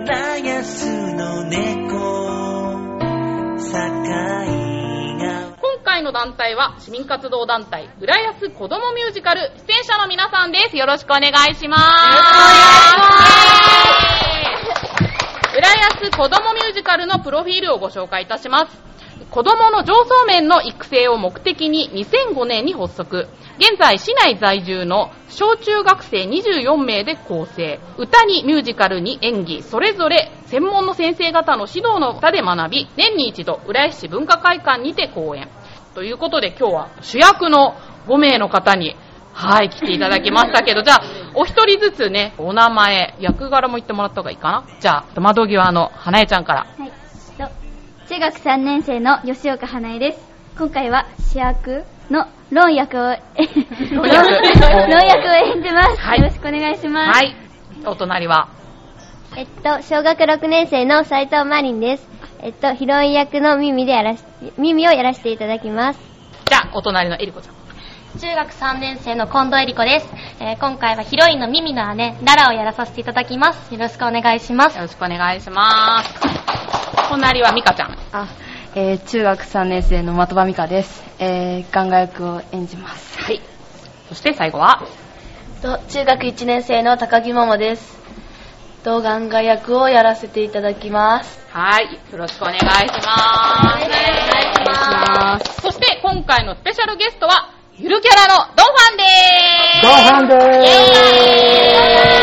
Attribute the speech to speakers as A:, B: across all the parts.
A: ガスの猫堺が
B: 今回の団体は市民活動団体浦安子どもミュージカル出演者の皆さんですよろしくお願いします浦安子どもミュージカルのプロフィールをご紹介いたします子どもの上層面の育成を目的に2005年に発足現在市内在住の小中学生24名で構成歌にミュージカルに演技それぞれ専門の先生方の指導の下で学び年に一度浦安市文化会館にて講演ということで今日は主役の5名の方にはい来ていただきましたけどじゃあお一人ずつねお名前役柄も言ってもらった方がいいかなじゃあ窓際の花江ちゃんから
C: はい、と中学3年生の吉岡花江です。今回は主役のロン役を、 ロン
B: ロン役
C: ロン役を演じます、
B: はい
C: よろしくお願いします。
B: はいお隣は
C: えっと、小学6年生の斉藤真凛です。えっと、ヒロイン役のミミでやらし、ミミをやらせていただきます。
B: じゃあお隣のえりこちゃん
C: 中学3年生の近藤恵理子です、今回はヒロインのミミの姉、ララをやらさせていただきます。よろしくお願いしま。
B: よろしくお願いします隣は美香ちゃん
D: あ、えー中学3年生の的場美香です。えー、ガンガ役を演じます。
B: はいそして最後は
D: と中学1年生の高木桃です。とガンガ役をやらせていただきます。
B: はいよろしくお願いします
D: お願いします。
B: そして今回のスペシャルゲストはゆるキャラのドンファンでーす
E: ご飯で
B: イ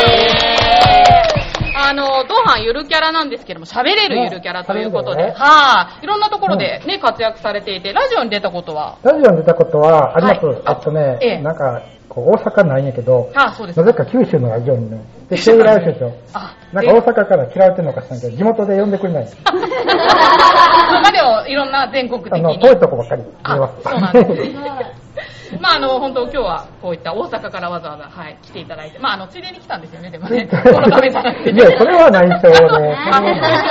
B: エーイ
E: ー
B: あの、ドハンゆるキャラなんですけども、喋れるゆるキャラということで、
E: ね喋れるよね
B: はい、いろんなところでね、活躍されていて、ラジオに出たことは、
E: ラジオに出たことはあります。
B: はい
E: あとね、
B: ええ
E: なんか、こう大阪なんやけど、
B: あ、そうです
E: な。ぜか九州のラジオにね、で、嫌われるでしょ。
B: あ、
E: なん
B: で
E: か大阪から嫌われてるのか知らんけど、地元で呼んでくれない。
B: 今まではいろんな全国的
E: あの、
B: に
E: 遠。いとこばっかり
B: あ
E: 電話す
B: そうなんですまあ、あの、本当今日はこういった大阪からわざわざ、はい、来ていただいて、まあ、あの、ついでに来たんですよね、でも ね。このためじゃなくて。
E: いや、それは内緒で。
B: あ本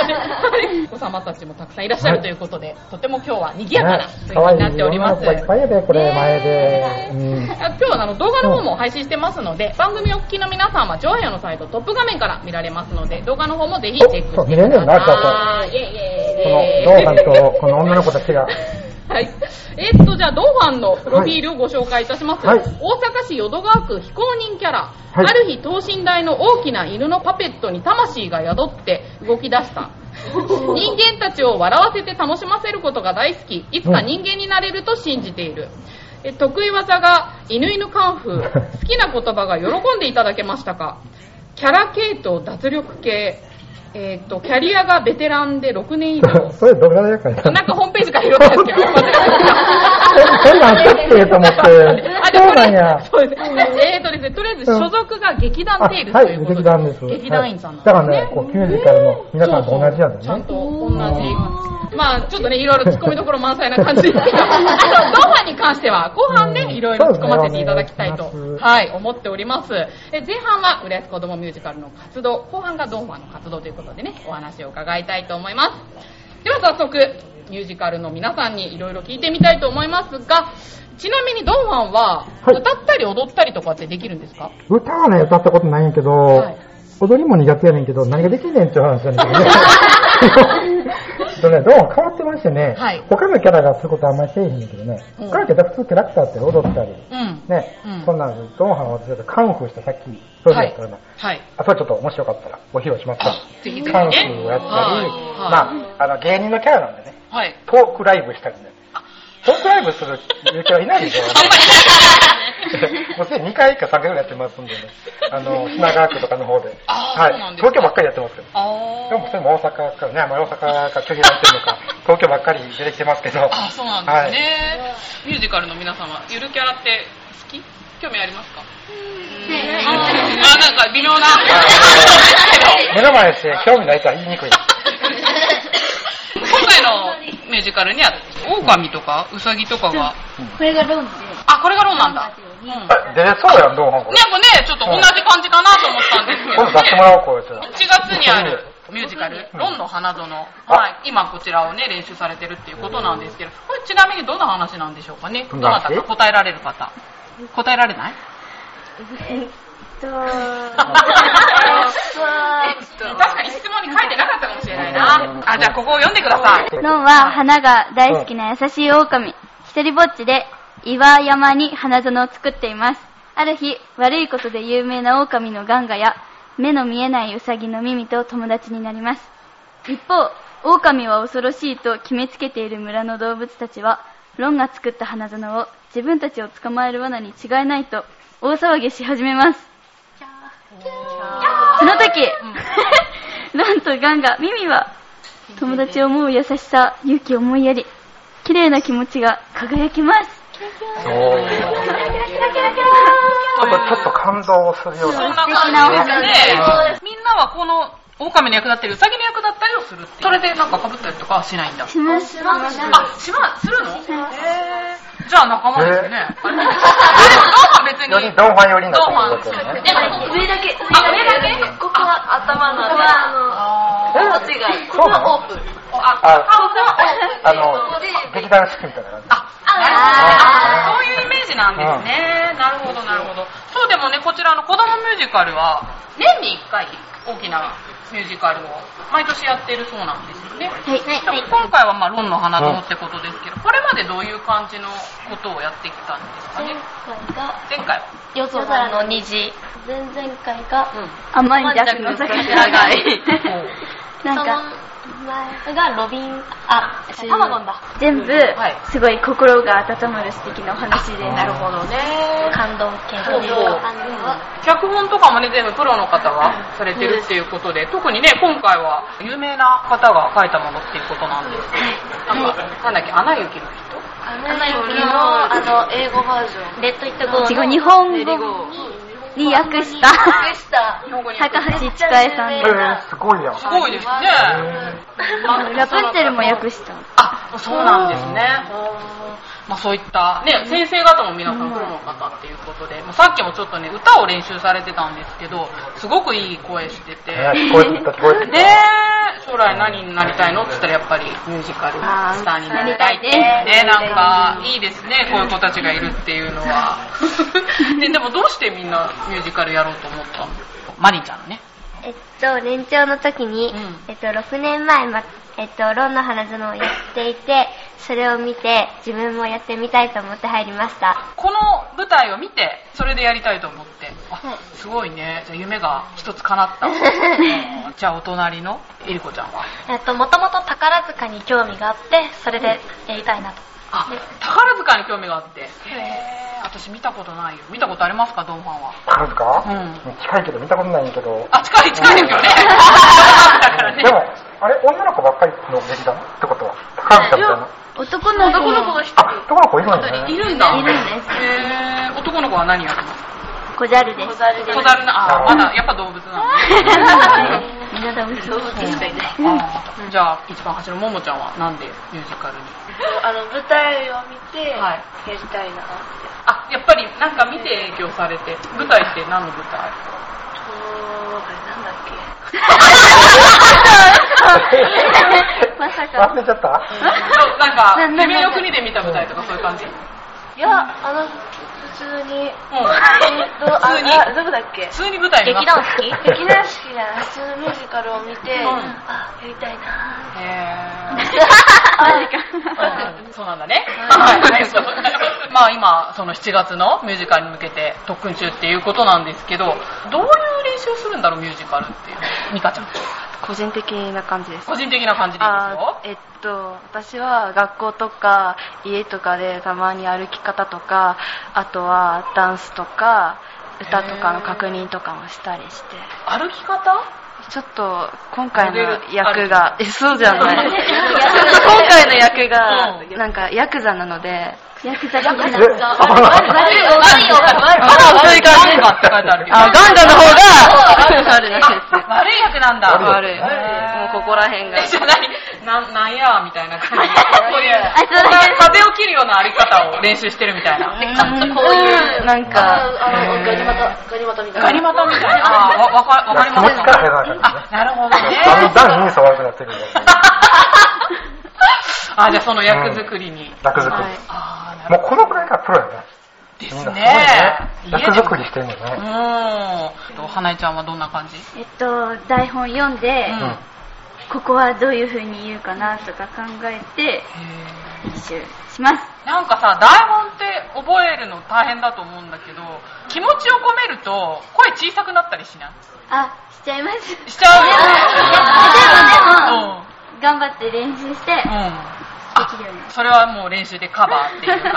B: 当にお子様たちもたくさんいらっしゃるということで、とても今日は賑やかな雰囲気になっております。
E: 可愛い女の子がいっぱいやで、これ、前で。うん。
B: あ今日はあの動画の方も配信してますので、番組をお聞きの皆さんは上映のサイトトップ画面から見られますので、動画の方もぜひチェックしてください。
E: おそう見れるようになった
B: あーイェイ
E: こ
B: イェイイェイ
E: の、ドーハンと、この女の子たちが。
B: はい。えっと、じゃあ、ドーファンのプロフィールをご紹介いたします。
E: はい
B: 大阪市淀川区非公認キャラ。
E: はい
B: ある日、等身大の大きな犬のパペットに魂が宿って動き出 した。人間たちを笑わせて楽しませることが大好き。いつか人間になれると信じている。え得意技が犬犬カンフ ー。好きな言葉が喜んでいただけましたかキャラ系統脱力系。えっと、キャリアがベテランで6年以上。
E: それ、どがやかいな。
B: なんかホームページから拾 ったんですけど、間違えました
E: そんなんあったっけと思って。
B: あ、で
E: そ
B: も
E: う
B: こ
E: なん
B: れ
E: や。
B: そうですね。えーとですね、とりあえず所属が劇団テイルズ
E: あ
B: と
E: はいい、
B: うこと
E: 劇団です。
B: 劇団員さんなんです
E: はいだからね、こう、ミュージカルの皆さんと同じやで
B: ちゃん
E: ね。
B: と同じ。まあ、ちょっとね、いろいろ突っ込みどころ満載な 感じですけど、あと、ドーハに関しては、後半
E: うん
B: ね、いろいろ突っ込ませていただきたいと
E: そうですねお願い、します
B: はい、思っております。え前半は、浦安子どもミュージカルの活動、後半がドーハの活動ということでね、お話を伺いたいと思います。では、早速、ミュージカルの皆さんにいろいろ聞いてみたいと思いますが、ちなみにドンファンは、
E: はい
B: 歌ったり踊ったりとかってできるんですか、
E: 歌はね、歌ったことないんやけど、
B: はい
E: 踊りも苦手やねんけど、何ができんねんっていう話やねんけどね。 とね、どうも変わってましてね、
B: はい
E: 他のキャラがすることはあんまりせえへんねんけどね、
B: うん
E: 他のキャラ普通キャラクターって踊ったり、
B: うん。
E: ね、
B: うん
E: そんなん、ドンハンはずっとカンフーしてさっき、そうだったような、
B: はい。
E: あとはちょっともしよかったらご披露しますか。
B: ぜひぜひね
E: カンフーをやったり、
B: はい
E: まあ、あの芸人のキャラなんでね、
B: はい。
E: トークライブしたりね、トークライブする勇気はい ない でしょ。 もうすでに2回か3回ぐらいやってますんでね、あの品川区とかの方で、
B: あーそうなん
E: は
B: で
E: い、
B: すか
E: 東京ばっかりやってますけど、
B: あ
E: でもそれも大阪からね、まあ、大阪か拒否られてるのか、 東京ばっかり出てきてますけど、
B: あそうなんですね、ミュージカルの皆様ゆるキャラって好き興味ありますかうんあなんか微妙な
E: はい目の前にして興味ないとは言いにくい。
B: 今回のミュージカルには狼とかウサギとかが
C: これがロンで、
B: あこれがロンなんだ、うん、なんかね
E: あ出れそうやん、どうもこれ。
B: ちょっと同じ感じかなと思ったんですけ
E: 今度出しても
B: ど、ね、
E: らおう、こうやつら。
B: 1月にあるミュージカル「ロンの花園」はい、今こちらをね練習されてるっていうことなんですけどこれちなみにどんな話なんでしょうかねどなたか答えられる方答えられない
C: と、
B: 確かに質問に書いてなかったかもしじゃあここを読んでください。
F: のは花が大好きな優しい狼。一人ぼっちで岩山に花園を作っています。ある日、悪いことで有名な狼のガンガや、目の見えないウサギの耳と友達になります。一方、狼は恐ろしいと決めつけている村の動物たちは、ロンが作った花園を自分たちを捕まえる罠に違いないと大騒ぎし始めます。その時、 ロンとガンが耳は友達を思う優しさ、勇気、思いやり、綺麗な気持ちが輝きます。
E: そうちょっと、ちょっと感動するよう
B: そん
E: な。
B: な感じで、みんなはこの狼に役立ってる、ウサギに役立ったりをするっていうそれでなんか被ったりとかはしないんだ。
F: します。
B: あ、しまするのへーじゃあ仲間ですね。
E: へ
B: あれ でもどうは別に。
E: より、ドンファン寄りにな
B: ドンマ
E: っ
B: ン
E: てるわけね。
D: 上だけ、上だけ。ここは頭なので、
B: あー
D: こっちが。
E: ここは
D: オープン。
B: あ、
E: あ
B: あ、これは
E: あの、劇団四季みたいな感じ。
B: あ、なるほどね。そういうイメージなんですね。なるほど、なるほど。そうでもね、こちらの子供ミュージカルは、年に1回大きなミュージカルを毎年やってるそうなんですよね。今回はまあ、ロンの花園ってことですけど、これまでどういう感じのことをやってきたんですかね。前回は。
D: 夜空の虹。前々回が、
F: 甘いジャックの
D: 甘い
F: 桜
D: ジャックの
F: が
D: 桜が。
F: なんか、
D: その前がロビン、あ、タマゴンだ。
F: 全部
B: はい、
F: すごい心が温まる素敵なお話で、
E: なるほ
B: どね。
D: 感動系
B: そうそう脚本とかもね、全部プロの方がされてるっていうことで、特にね、今回は有名な方が書いたものっていうことなんです。なんか、なんだっけ、アナ雪の人
D: アナ雪の、あの、英語バージョン。レッドイットゴーの。
F: いちご日本語に訳した
D: でした。
B: 日本語に訳
F: 高
B: す
F: 橋千佳恵さん
E: え
F: で、
E: ー、すごいやん。
B: すごいですね。
F: ラプンツェルも訳した。
B: あ、そうなんですね。まあそういった、ね、先生方も皆さんプロの方っていうことで、もうさっきもちょっとね、歌を練習されてたんですけど、すごくいい声してて、
E: えー聞こえてきた、聞こえてき
B: で
E: た。、
B: 将来何になりたいのって言ったらやっぱりミュージカルスターになりたいって。
F: あー
B: ね、なんかいいですね、こういう子たちがいるっていうの は。ね、でもどうしてみんなミュージカルやろうと思ったのマリンちゃんのね。
C: えっと、年長の時に、
B: うん
C: えっと、6年前、ま、えっと、ロンの花園をやっていて、それを見て、自分もやってみたいと思って入りました。
B: この舞台を見て、それでやりたいと思って。
C: は
B: あ
C: い、
B: すごいね。じゃあ夢が一つ叶 った。じゃあお隣のえりこちゃんは。
D: えっと、もともと宝塚に興味があって、それでやりたいなと。
B: あ、宝塚に興味があって。へー私見たことないよ。見たことありますか、ドンファンは。
E: 宝塚
B: う
E: 近いけど見たことないんやけど。
B: あ、近い近いですよね。だからね
E: で。も、あれ、女の子ばっかりの劇団ってことは、宝塚みたいな。
F: 男の子の
D: が
E: あ、男の子いるんや
B: い
E: ね。
B: るんだ。
F: いるんです
B: へー男の子は何やってますか
F: 小じゃるです。
D: ざる
B: 小猿な、あーまだやっぱ動物なんだ。
F: みんなダメです。
B: あーじゃあ、一番端のももちゃんはなんでミュージカルに
D: あの、舞台を見て、
B: は
D: や
B: い
D: りたいな。
B: あ、やっぱりなんか見て影響されて、舞台って何の舞台
D: おー、あれなんだっけ。
F: まさか。
E: 忘れちゃった
B: そう なんか、
F: なな
B: 夢の国で見た舞台とかそういう感じうん。
D: いや、あの、普通に、えっと、あ
B: 普通に
D: あどこだっけ
B: 普通に舞台見ま
D: 劇
B: した
D: 団好き劇団好きじゃない普通のミュージカルを見て、
B: うん
D: あ、やりたいな
B: へー
F: マジか。
B: そうなんだね。はい まあ今、その7月のミュージカルに向けて特訓中っていうことなんですけど、どういう練習するんだろう、ミュージカルっていう。ミカちゃん。
G: 個人的な感じです。
B: 個人的な感じでいいですよ
G: あ。えっと、私は学校とか家とかでたまに歩き方とか、あとはダンスとか、歌とかの確認とかもしたりして、
B: 歩き方
G: ちょっと今回
B: モ
G: の
B: デル
G: 役が、え、そうじゃない。
B: うん
G: 今回の役が
B: う、ん
G: なんかヤクザなので、
F: ヤクザ的な。
E: え、あ、
B: 悪いよ、悪いよ、悪いよ。
G: そういう感じ
B: ガンガンって書いてあるよ。
G: あ、ガンガンの方が、ある
B: あ悪い役なんだ。
E: 悪
G: 悪い。
E: い
G: もうここら辺が
B: え、。じゃあ何ななんやみたいな感じ。 こういう
F: そ うだね
B: 風を切るような歩き方を練習してるみたいな。
D: こういう、
G: なんか、
D: あの、ガニ股、ガニ股みたいな。
B: ガニ股みたいな。あー、わ、わか、わかります
E: 気持ちから入らなかったね
B: あ、なるほど
E: だん
B: ね。
E: だん人相悪くなってくるんだよね。
B: あ、じゃあその役作りに。
E: 役作り。
B: あー、なる
E: もうこのくらいがプロやね。
B: ほどで
E: みん
B: す
E: な
B: ね。
E: すごいね役作りしてんの
B: う
E: ね。
B: ーん。と、花江ちゃんはどんな感じ
F: えっと、台本読んで、
B: うん
E: うん。
G: ここはどういう風に言うかなとか考えて練習します
B: なんかさ、台本って覚えるの大変だと思うんだけど、気持ちを込めると声小さくなったりしな
G: あしちゃいます
B: いしちゃう
G: でもでも頑張って練習して
B: うん。うん。
G: できるように
B: それはもう練習でカバーっていう感じで。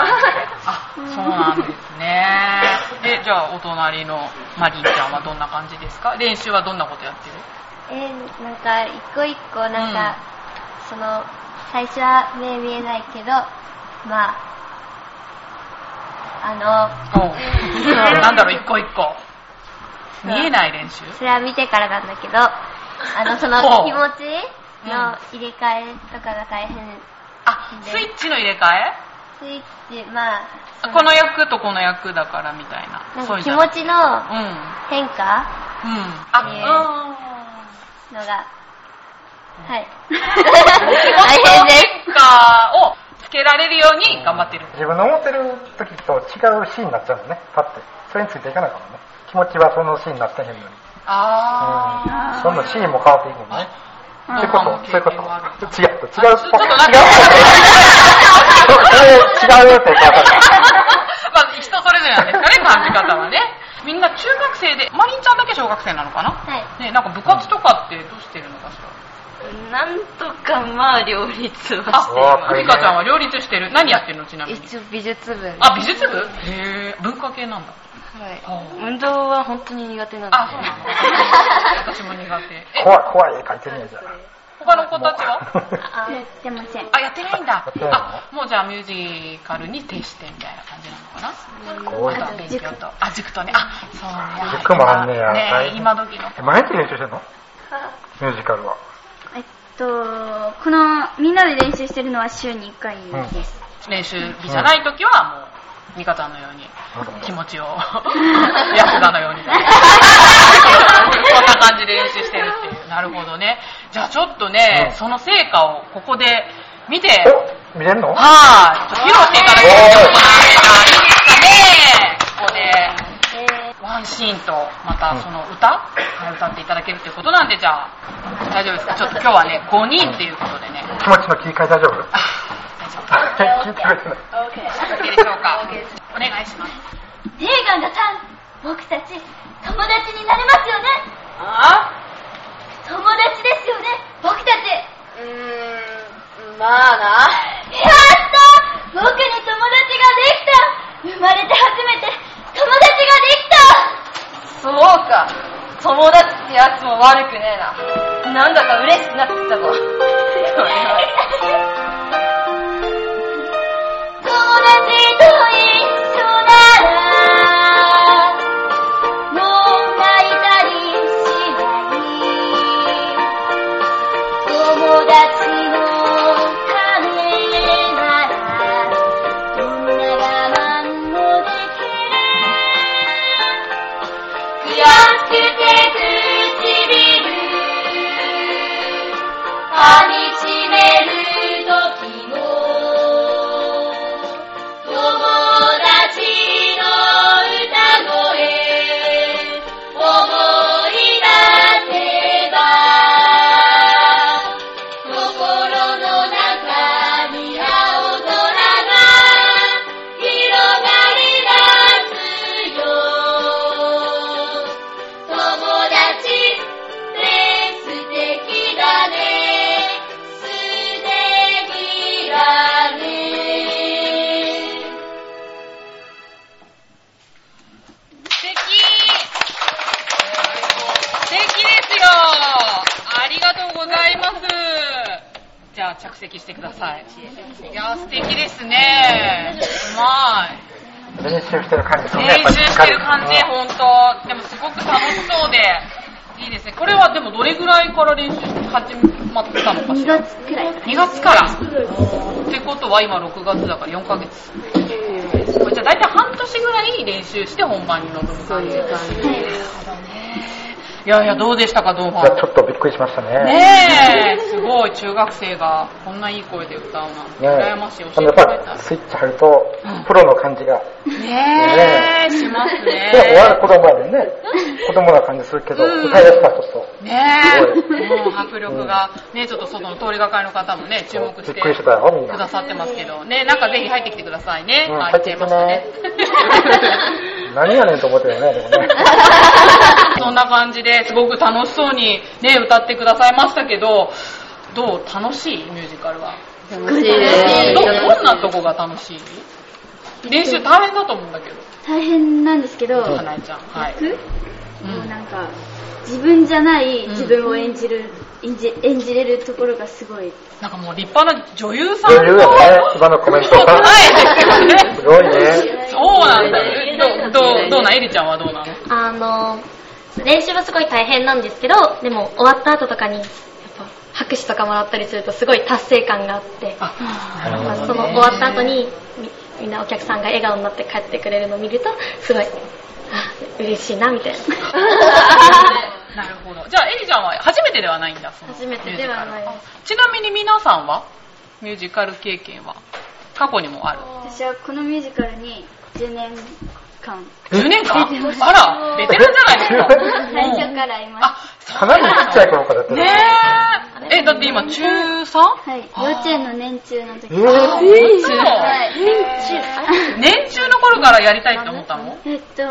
B: あ、そうなんですね。で、じゃあお隣のマリンちゃんはどんな感じですか練習はどんなことやってる
C: えー、なんか一個一個なんか、その最初は目見えないけどまああ
B: おうなんだろう、一個一個。見えない練習
C: のそれは見てからなんだけどあのその
B: ほう
C: 気持ちの入れ替えとかが大変
B: あ、スイッチの入れ替え
C: スイッチまあそ
B: この役とこの役だからみたいな。
C: なん
B: そうい
C: か
B: うのじゃな
C: 気持
B: い
C: ちの
B: うん。うん。
C: 変化
B: あ、うん。
C: のが はい
B: 気持ちの変化をつけられるように頑張ってる。
E: 自分の思ってる時と違うシーンになっちゃうのねパッてそれについていかないからね気持ちはそのシーンになってへんのに、うん、
B: あ
E: そのシーンも変わっていくのね
B: あ
E: ってことそういうこと違う違う
B: ちょっとなんか
E: 違うそれ違うっていうか分かった
B: まあ、人それぞれなんですかね、感じ方はね。みんな中学生で、マリンちゃんだけ小学生なのかな
C: はい
B: ね、なんか部活とかってどうしてるのかしら。
H: なんとかまあ両立は
B: あ
E: うわ、
B: ふみかちゃんは両立してる。何やってるのちなみに。
H: 一応美術部で
B: あ、美術部へえ、文化系なんだ。
H: はい、運動は本当に苦手なので
B: あ、そうなの私も苦手。え、
E: 怖い怖い絵描いてるねじゃ
B: 他の子たちは
E: あ
G: やってません
B: あ、やってないんだ
E: やって。ないの
B: あ、もうじゃあミュージカルに徹してみたいな感じなのかな。
E: こういう
B: あとは勉強と。あ、塾とね。あ、そうね。
E: 塾もあんねや
B: ねえ今時の。
E: え毎日練習してんのミュージカルは
G: えっとこのみんなで練習してるのは週に1回です、
B: 練習日じゃない時は、もう、ミカちゃんのように、気持ちを、 安田の ように。こんな感じで練習してるっていう。なるほどね。じゃあちょっとね、
E: うん
B: その成果をここで見て、
E: お見れんの
B: はい、披露していただけるところでいいですかね。ここで、ワンシーンと、またその歌、歌っていただけるということなんで、じゃあ、大丈夫ですかちょっと今日はね、5人っていうことでね、
E: 気持ちの切り替え大丈夫
B: あ大丈夫で
E: 気持ちの切り替えてない
B: す OK でしょうか。お願いします。
G: レーガンがさん僕たち友達になれますよね
H: あ
G: 友達ですよね僕たち
H: うーんまあ
G: やった僕に友達ができた生まれて初めて友達ができた
H: なそうか友達ってやつも悪くねえななんだか嬉しくなってき たぞ
G: 友達と一緒ならもう泣いたりしない友達のためならどんな我慢もできる悔しくて唇噛みしめる時も友達の歌声思い出せば心の中に青空が広がり出すよ友達って素敵だね素敵だね
B: 素敵素敵ですよありがとうございますじゃあ着席してくださいいや素敵ですねうまい
E: 練習してる感じするね
B: 練習してる感じ、
E: やっぱり
B: 本当。でもすごく楽しそうで、いいですね。これはでもどれぐらいから練習始まったのかしら ?2 月くらい。2月から。ってことは今6月だから4ヶ月。これじゃあ大体半年ぐらい練習して本番に臨む感じ。なるほどね。いやいや、どうでしたか、どうも。
E: ちょっとびっくりしましたね。
B: ねえ、すごい、中学生がこんないい声で歌うなんて、
E: ね
B: 羨ましい、教えて
E: で
B: く
E: もや
B: れ
E: っぱ
B: た
E: り。スイッチ入ると、プロの感じが。
B: ねえ、します
E: で、終わ
B: ね。
E: る子供やもんね。子供な感じするけど、
B: うん
E: 歌い出したらちょっと。
B: ね
E: す
B: え、もう迫力が、ねちょっと外の通りがかりの方もね、注目して
E: びっくりしてたよ、みん
B: く
E: な
B: だ。さってますけど、ね、なんかぜひ入ってきてくださいね。
E: うん
B: あ、言っちゃいましたね。
E: 何やねんと思ってたよね、でもね。
B: そんな感じですごく楽しそうにね、歌ってくださいましたけど、どう楽しいミュージカルは。
D: 楽しい
B: ど
D: です。
B: どんなとこが楽しい練習大変だと思うんだけど、
F: 大変なんですけど、
B: かなえちゃん。はい。
F: 役
B: う
F: もうんなんか自分じゃない自分を演じる、演じ演じれるところがすごい
B: なんかもう立派な女優さん
E: 余
B: と
E: 裕やね、今のコメント
B: 答
E: が。
B: えですよね
E: す。ごいね。
B: そうなんだよ。どう、どう、どうなんエリちゃんはどうなの
I: あの、練習はすごい大変なんですけど、でも終わった後とかに、やっぱ拍手とかもらったりするとすごい達成感があって、
B: あ、
I: まあその終わった後にみみんなお客さんが笑顔になって帰ってくれるのを見ると、すごい、あ嬉しいなみたいな。
B: なるほど。じゃあ、エリちゃんは初めてではないんだ、その
I: 初めてではない
B: ミュージカルあちなみに皆さんは、ミュージカル経験は、過去にもある。
F: 私はこのミュージカルに10年間
B: 10年間あら、ベテランじゃな
F: 最
B: いですか。
F: 初からい
B: うん
F: ま
B: あ
F: す、
E: かなりちっちゃい頃からやって
B: ね
E: た。
B: え。え、だって今、中 3?
F: はい幼稚園の年中の時
E: えー
B: そう年中の頃からやりたいって思ったの
F: えっと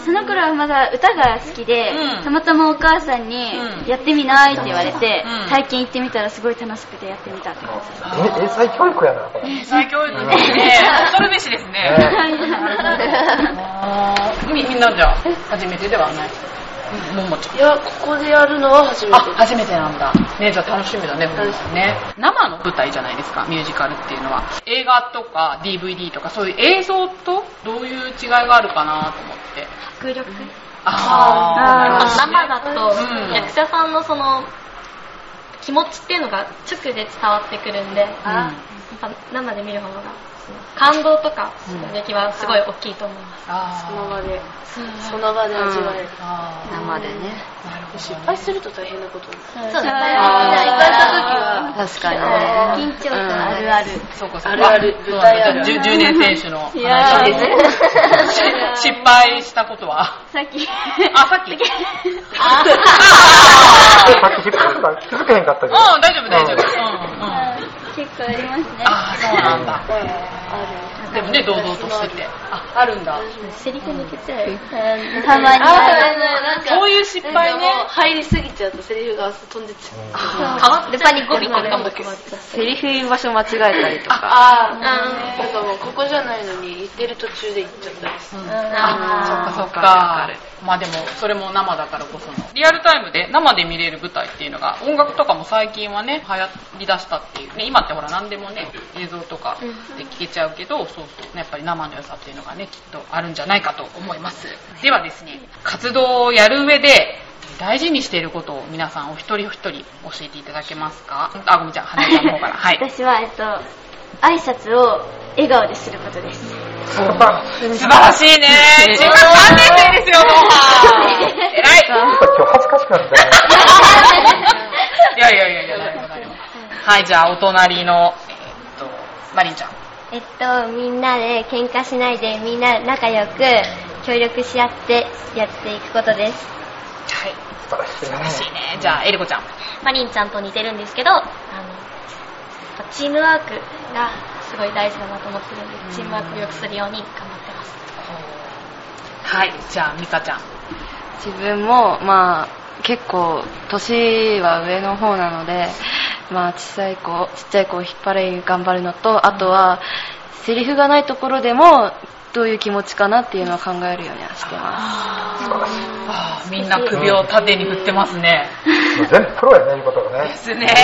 F: その頃はまだ歌が好きで、
B: うん
F: たまたまお母さんに
B: うん
F: やってみないって言われて、
B: うん
F: 最近行ってみたらすごい楽しくてやってみた って感じです
E: え英才教育やな、これ。ね
B: 英才教育ですね。恐るべしですね。あーみみんなじゃあ、初めてではない。うんももちゃん。
D: いや、ここでやるのは初め
B: あ、
D: てで
B: 初めてなんだ。ね、じゃあ楽しみだね、本当にね。生の舞台じゃないですか、ミュージカルっていうのは。映画とか DVD とか、そういう映像とどういう違いがあるかなと思って。
I: 迫力
B: あー、な
I: 生
B: るほどね
I: だ
B: う
I: と
B: ん
I: 役者さんのその気持ちっていうのが直で伝わってくるんで、やっぱ生で見る方が感動とか衝撃はすごい大きいと思います。
D: す。その
B: あ
D: 場で、
I: そう
D: その場で味わえる
B: ー。あ
H: 生でね。
B: ー、なるほどね。
D: 失敗すると大変なことになる
I: そう
F: だね
I: あ
H: 確かにね。
F: 緊張感あ
H: あ
F: るある、
B: そうか、そうか。
D: あるある
B: そうなんだ
D: 舞台あるある
B: じゅ 10, 年選手の話
F: いや
B: をし失敗したことは
F: さっき
B: あ、さっき。あ
E: さっき引っ張ったから気づけへんかったけど。
B: うん、大丈夫、大丈夫。うん、うん。
F: 結構ありますね
B: ああ、そうなんだ。でもね、堂々としてて。あ、あるんだ。
I: セリフ抜けちゃう。
F: たまにある
D: なんか
B: そういう失敗ね
D: なんかもう入りすぎちゃうとセリフが飛んでっちゃう。
I: 変わってパニコミコミかも決まっちゃう。
H: セリフ言う場所間違えたりとか。
D: ああ、なんかもうここじゃないのに行ってる途中で行っちゃったりする。
B: あ、そっかそっか。まあでも、それも生だからこその。リアルタイムで、生で見れる舞台っていうのが、音楽とかも最近はね、流行り出したっていうね、今ってほら何でもね、映像とかで聞けちゃうけど、そうそう、ね、やっぱり生の良さっていうのがね、きっとあるんじゃないかと思います。ではですね、活動をやる上で、大事にしていることを皆さんお一人お一人教えていただけますかあ、ごめんちゃん、花ちゃんの方から。はい。
F: 私はえっと挨拶を笑顔ですることです
B: 素晴らしい ね。中学3年生ですよ、ノ ーハー。偉い。
E: 今日恥ずかしくなったよね。
B: いやいやいやいや、なるほどなるほどはい、じゃあ、お隣の、えーっと、マリンちゃん。
C: えっと、みんなで喧嘩しないで、みんな仲良く協力し合ってやっていくことです。
B: はい。
E: 素晴らしいね
B: 嬉しいね。じゃあ、エリコちゃん。
I: マリンちゃんと似てるんですけど、あの、チームワークがすごい大事だなと思ってるんで、チームワークを良くするように頑張ってます。
B: はい、じゃあ、ミカちゃん。
H: 自分も、まあ、結構、年は上の方なので、まあ、小さい子、ちっちゃい子を引っ張れ、頑張るのと、あとは、セリフがないところでも、どういう気持ちかなっていうのは考えるようにはしてます。
B: あーみんな首を縦に振ってますね。
E: もう全部プロやね、言うことが
B: で
E: ね。
B: す
E: みん
B: ね。
E: な。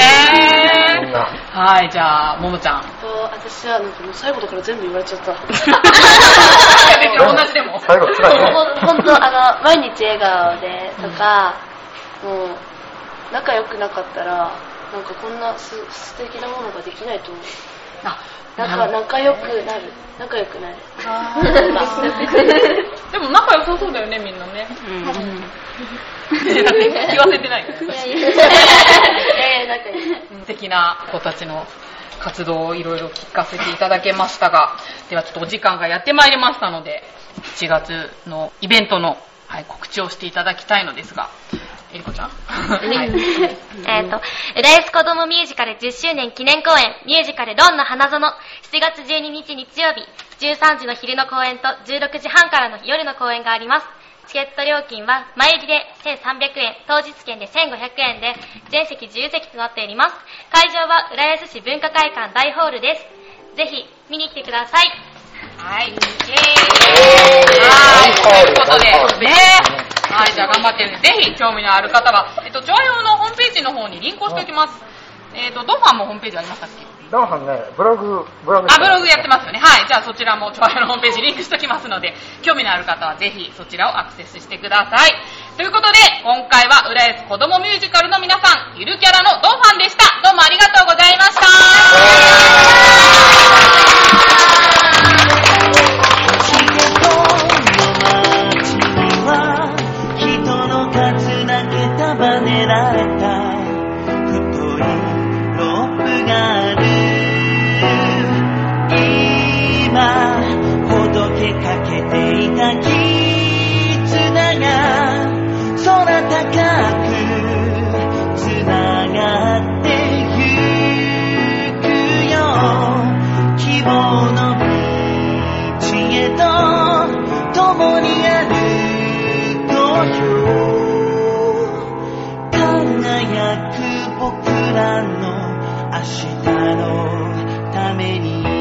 B: はい、じゃあ、ももちゃん。い
D: と私はなんかもう最後だから全部言われちゃった。
B: や、別に同じでも。
E: 最後、辛い ね。
D: 本当あの毎日笑顔でとか、もう仲良くなかったらなんかこんなす素敵なものができないと思う
B: あ
D: なん
B: な
D: か
B: る
D: 仲良くなる仲良くなる
B: でも仲良さそうだよね、みんなね。
H: うん
B: 言わせてないです
G: いやいやいやいや仲いい
B: 的な子たちの活動をいろいろ聞かせていただけましたが、ではちょっとお時間がやってまいりましたので、1月のイベントの、はい、告知をしていただきたいのですが、えりこちゃん。はい。
I: えっと、浦安子供ミュージカル10周年記念公演、ミュージカルロンの花園、7月12日日曜日、13時の昼の公演と16時半からの夜の公演があります。チケット料金は前売りで1300円、当日券で1500円で、全席自由席となっております。会場は浦安市文化会館大ホールです。ぜひ、見に来てください。
B: はい。イェーイはい。ということで、ねはい、じゃあ頑張ってね。ぜひ、興味のある方は、えっと、ジョアヨのホームページの方にリンクをしておきます。えっと、ドファンもホームページありましたっけ
E: ダンさんね、ブログ、ブログ
B: あ、ブログやってますよね。はい。じゃあそちらも、ちょのホームページリンクしときますので、興味のある方はぜひそちらをアクセスしてください。ということで、今回は浦安子供ミュージカルの皆さん、ゆるキャラのドンファンでした。どうもありがとうございました。
A: 「仕事の街には人の数だけ束ねられた」「太いロープがある」「今ほどけかけていた絆が空高くつながってゆくよ」「希望の道知恵と共に歩こうよ輝く僕らの明日のために